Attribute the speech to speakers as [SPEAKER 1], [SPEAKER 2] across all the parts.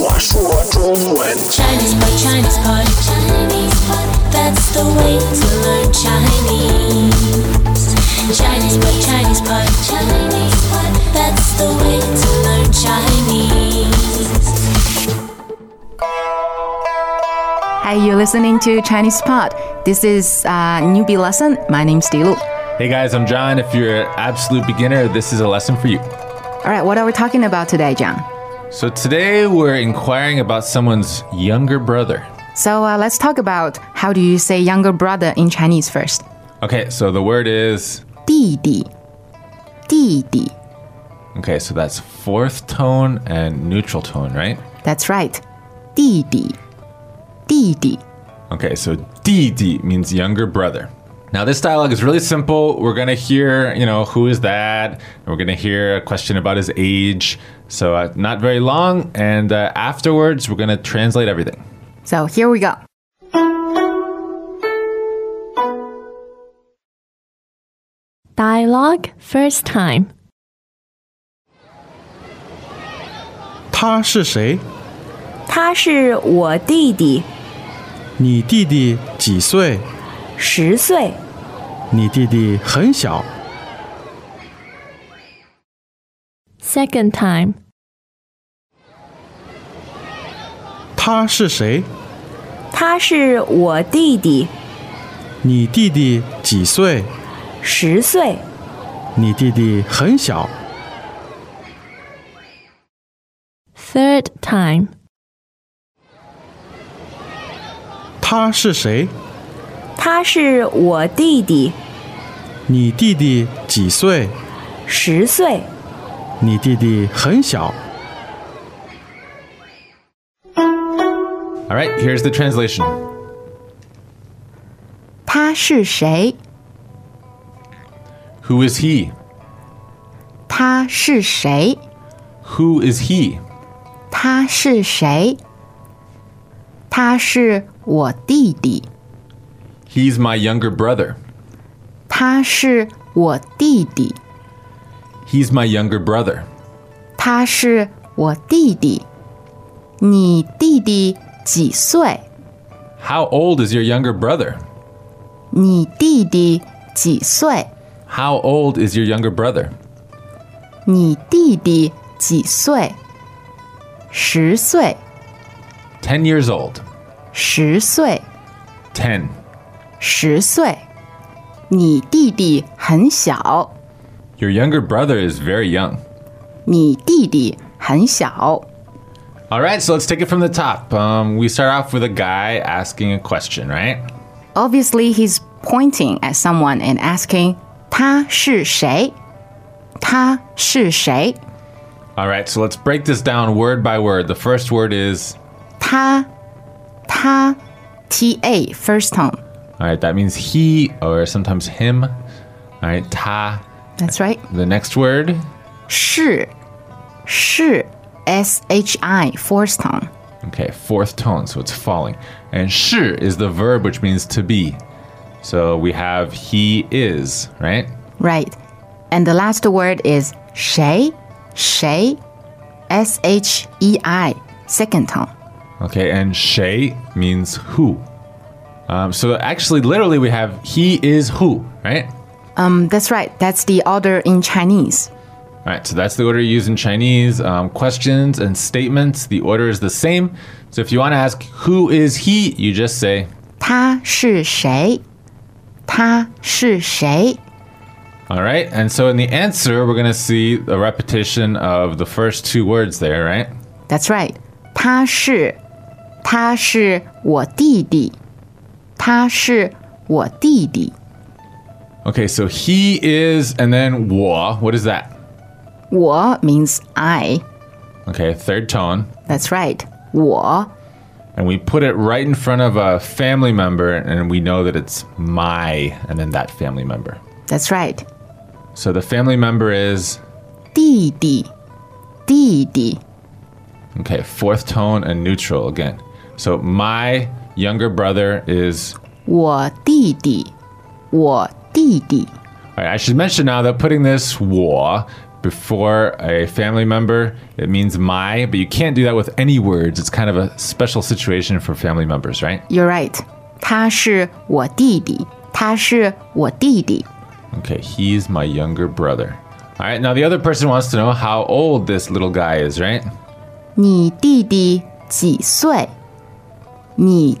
[SPEAKER 1] 我说中文，
[SPEAKER 2] Chinese pot, Chinese pot, Chinese pot. That's the way to learn Chinese. Chinese pot, Chinese pot, Chinese pot. That's the way to learn Chinese.
[SPEAKER 3] Hi, you're listening to Chinese Pod. This is a newbie lesson. My name's Dilu. All
[SPEAKER 4] Hey guys, I'm John. If you're an absolute beginner, this is a lesson for you.
[SPEAKER 3] right, what are we talking about today, John?
[SPEAKER 4] So today we're inquiring about someone's younger brother.
[SPEAKER 3] So uh, let's talk about how do you say younger brother in Chinese first.
[SPEAKER 4] Okay, so the word is
[SPEAKER 3] 弟弟,弟弟.
[SPEAKER 4] okay, so that's fourth tone and neutral tone, right?
[SPEAKER 3] That's right. 弟弟,弟弟.
[SPEAKER 4] Okay, so DD means younger brother. Now this dialogue is really simple. We're gonna hear, you know, who is that? And we're gonna hear a question about his age. So uh, not very long, and uh, afterwards we're gonna translate everything.
[SPEAKER 3] So here we go.
[SPEAKER 5] 他是谁？
[SPEAKER 6] 他是我弟弟，
[SPEAKER 5] 你弟弟几岁？
[SPEAKER 6] 十岁。
[SPEAKER 5] 你弟弟很小。
[SPEAKER 7] Second time,
[SPEAKER 5] 他是谁？
[SPEAKER 6] 他是我弟弟，
[SPEAKER 5] 你弟弟几岁？
[SPEAKER 6] 十岁。
[SPEAKER 5] 你弟弟很小。
[SPEAKER 7] third time,
[SPEAKER 5] 他是谁？
[SPEAKER 6] 他是我弟弟，
[SPEAKER 5] 你弟弟几岁？
[SPEAKER 6] 十岁。
[SPEAKER 5] 你弟弟很小。
[SPEAKER 4] All right, here's the translation.
[SPEAKER 3] 他是谁?
[SPEAKER 4] Who is he?
[SPEAKER 3] 他是谁?
[SPEAKER 4] Who is he?
[SPEAKER 3] 他是谁?他是我弟弟.
[SPEAKER 4] He's my younger brother.
[SPEAKER 3] 他是我弟弟.
[SPEAKER 4] He's my younger brother.
[SPEAKER 3] 他是我弟弟。你弟弟几岁？
[SPEAKER 4] How old is your younger brother?
[SPEAKER 3] 你弟弟几岁？
[SPEAKER 4] How old is your younger brother?
[SPEAKER 3] 你弟弟几岁？十岁，
[SPEAKER 4] 10 years old.
[SPEAKER 3] 十岁，
[SPEAKER 4] 10.
[SPEAKER 3] 十岁。你弟弟很小，
[SPEAKER 4] Your younger brother is very young.
[SPEAKER 3] 你弟弟很小。
[SPEAKER 4] All right, so let's take it from the top. Um, we start off with a guy asking a question, right?
[SPEAKER 3] Obviously, he's pointing at someone and asking, 他是谁？他是谁？
[SPEAKER 4] All right, so let's break this down word by word. The first word is,
[SPEAKER 3] 他，他，T A first tone。
[SPEAKER 4] all right, that means he or sometimes him. All right, ta.
[SPEAKER 3] That's right.
[SPEAKER 4] The next word,
[SPEAKER 3] 是是 S H I fourth tone。
[SPEAKER 4] Okay, fourth tone, so it's falling. And shi is the verb which means to be. So we have he is, right?
[SPEAKER 3] Right. And the last word is 谁谁 S H E I second tone.
[SPEAKER 4] Okay, and she means who. Um, so actually, literally, we have he is who, right?
[SPEAKER 3] Um, that's right. That's the order in Chinese.
[SPEAKER 4] All right, so that's the order you use in Chinese. Um, questions and statements, the order is the same. So if you want to ask who is he, you just say
[SPEAKER 3] 他是谁？他是谁？
[SPEAKER 4] All right, and so in the answer, we're gonna see a repetition of the first two words there, right?
[SPEAKER 3] That's right. 他是，他是我弟弟。他是我弟弟。
[SPEAKER 4] Okay, so he is, and then wa. What is that?
[SPEAKER 3] 我 means I.
[SPEAKER 4] Okay, third tone.
[SPEAKER 3] That's right. 我
[SPEAKER 4] And we put it right in front of a family member, and we know that it's my, and then that family member.
[SPEAKER 3] That's right.
[SPEAKER 4] So the family member is,
[SPEAKER 3] 弟弟，弟弟，
[SPEAKER 4] okay, fourth tone and neutral again. So my younger brother is,
[SPEAKER 3] 我弟弟，我弟弟，
[SPEAKER 4] All right, I should mention now that putting this "我" before a family member it means my, but you can't do that with any words. It's kind of a special situation for family members, right?
[SPEAKER 3] You're right，他是我弟弟，他是我弟弟。
[SPEAKER 4] Okay, he's my younger brother. All right, now the other person wants to know how old this little guy is, right?
[SPEAKER 3] 你弟弟几岁？你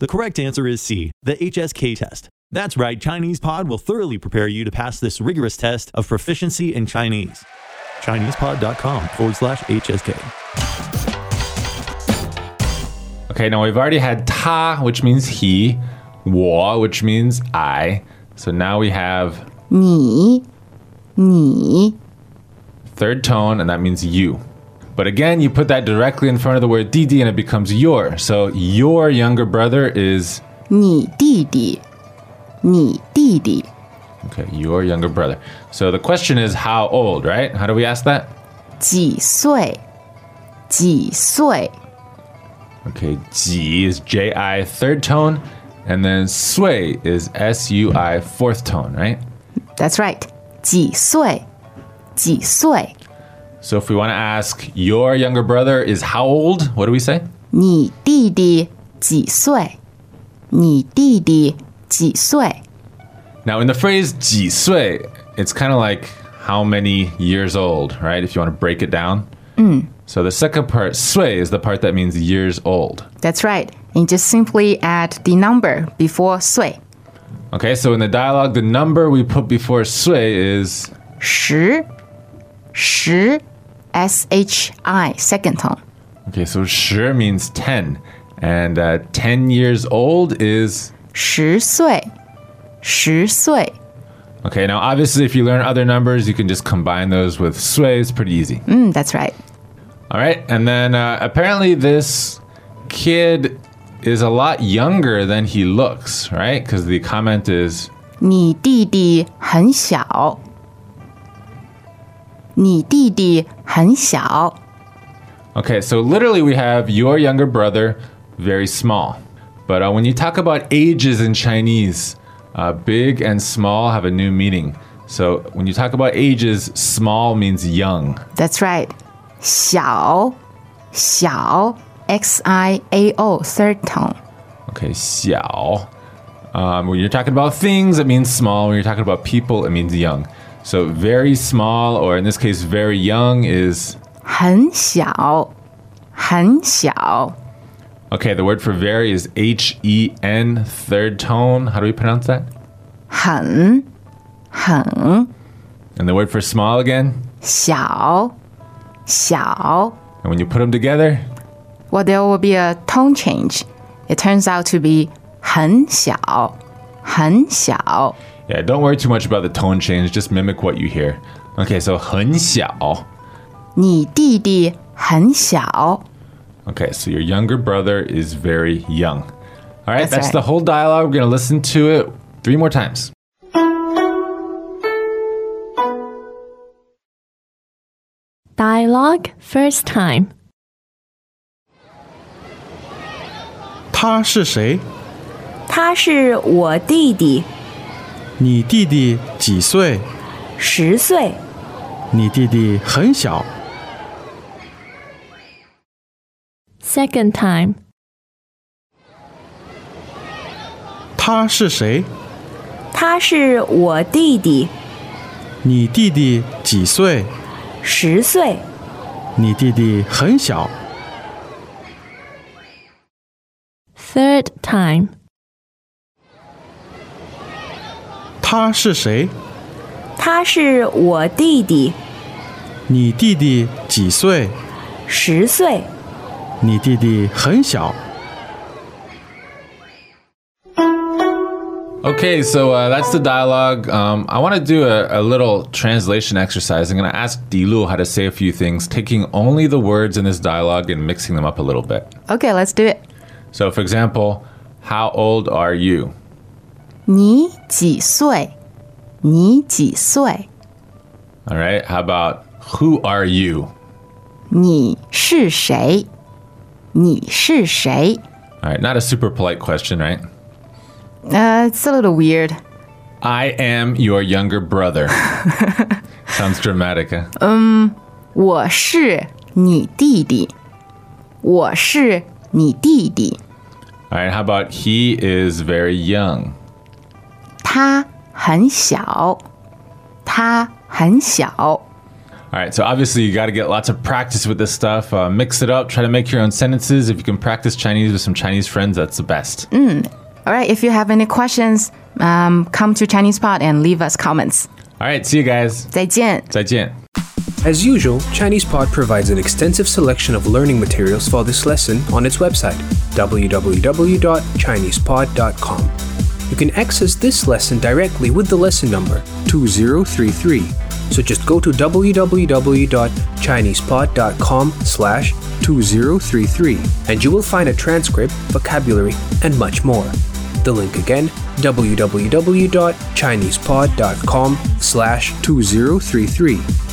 [SPEAKER 8] The correct answer is C, the HSK test. That's right, Chinese Pod will thoroughly prepare you to pass this rigorous test of proficiency in Chinese. ChinesePod.com forward slash HSK.
[SPEAKER 4] Okay, now we've already had ta, which means he, wo, which means I. So now we have
[SPEAKER 3] 你，你
[SPEAKER 4] third tone, and that means you. But again, you put that directly in front of the word didi and it becomes your. So your younger brother is,
[SPEAKER 3] 你弟弟，你弟弟，
[SPEAKER 4] okay, your younger brother. So the question is how old, right? How do we ask that?
[SPEAKER 3] 几岁？几岁？
[SPEAKER 4] Okay, ji is ji, third tone, and then sui is sui, fourth tone, right?
[SPEAKER 3] That's right，几岁？几岁？
[SPEAKER 4] So if we want to ask your younger brother is how old, what do we say?
[SPEAKER 3] 你弟弟几岁？你弟弟几岁？
[SPEAKER 4] Now, in the phrase 几岁, it's kind of like how many years old, right? If you want to break it down. So the second part, 岁, is the part that means years old.
[SPEAKER 3] That's right. And just simply add the number before 岁，
[SPEAKER 4] Okay, so in the dialogue, the number we put before 岁 is
[SPEAKER 3] 十，十，s h i second tone，
[SPEAKER 4] okay. So 十 means ten, and uh, ten years old is
[SPEAKER 3] 十岁，十岁。
[SPEAKER 4] okay. Now, obviously, if you learn other numbers, you can just combine those with 岁. It's pretty easy.
[SPEAKER 3] Mm, that's right.
[SPEAKER 4] All right, and then uh, apparently this kid is a lot younger than he looks, right? Because the comment is
[SPEAKER 3] 你弟弟很小，你弟弟很小，
[SPEAKER 4] okay. So literally, we have your younger brother, very small. But uh, when you talk about ages in Chinese, uh, big and small have a new meaning. So when you talk about ages, small means young.
[SPEAKER 3] That's right. 小小 x i a o third tone.
[SPEAKER 4] Okay, xiao. Um, when you're talking about things, it means small. When you're talking about people, it means young. So very small, or in this case, very young is
[SPEAKER 3] 很小很小
[SPEAKER 4] okay. The word for very is h e n third tone. How do we pronounce that?
[SPEAKER 3] 很很
[SPEAKER 4] And the word for small again.
[SPEAKER 3] 小小
[SPEAKER 4] And when you put them together,
[SPEAKER 3] Well, there will be a tone change. It turns out to be 很小很小
[SPEAKER 4] yeah. Don't worry too much about the tone change. Just mimic what you hear. Okay, so 很小.
[SPEAKER 3] 你弟弟很小。
[SPEAKER 4] Okay, so your younger brother is very young. All right,
[SPEAKER 3] That's right.
[SPEAKER 4] that's the whole dialogue. We're gonna listen to it three more times.
[SPEAKER 7] Dialogue first time.
[SPEAKER 5] 他是谁？
[SPEAKER 6] 他是我弟弟，
[SPEAKER 5] 你弟弟几岁？
[SPEAKER 6] 十岁。
[SPEAKER 5] 你弟弟很小。
[SPEAKER 7] Second time.
[SPEAKER 5] 他是谁？
[SPEAKER 6] 他是我弟弟，
[SPEAKER 5] 你弟弟几岁？
[SPEAKER 6] 十岁。
[SPEAKER 5] 你弟弟很小。
[SPEAKER 7] Third time.
[SPEAKER 5] 他是谁？
[SPEAKER 6] 他是我弟弟，
[SPEAKER 5] 你弟弟几岁？
[SPEAKER 6] 十岁。
[SPEAKER 5] 你弟弟很小。
[SPEAKER 4] Okay, so uh, that's the dialogue. Um, I want to do a, a little translation exercise. I'm going to ask Dilu how to say a few things, taking only the words in this dialogue and mixing them up a little bit.
[SPEAKER 3] Okay, let's do it.
[SPEAKER 4] So, for example, how old are you?
[SPEAKER 3] 你几岁？你几岁？
[SPEAKER 4] All right, how about who are you?
[SPEAKER 3] 你是谁？你是谁
[SPEAKER 4] All right, not a super polite question, right?
[SPEAKER 3] Uh, it's a little weird.
[SPEAKER 4] I am your younger brother. Sounds dramatic. Huh?
[SPEAKER 3] 我是你弟弟。我是你弟弟。
[SPEAKER 4] All right, how about he is very young?
[SPEAKER 3] 他很小。他很小。
[SPEAKER 4] All right, so obviously you got to get lots of practice with this stuff. Uh, mix it up, try to make your own sentences. If you can practice Chinese with some Chinese friends, that's the best.
[SPEAKER 3] All right. If you have any questions, um, come to Chinese Pod and leave us comments.
[SPEAKER 4] All right, see you guys.
[SPEAKER 3] 再见。
[SPEAKER 4] 再见.
[SPEAKER 9] As usual, ChinesePod provides an extensive selection of learning materials for this lesson on its website, www.chinesepod.com. You can access this lesson directly with the lesson number 2033. So just go to www.chinesepod.com slash 2033 and you will find a transcript, vocabulary, and much more. The link again, www.chinesepod.com slash 2033.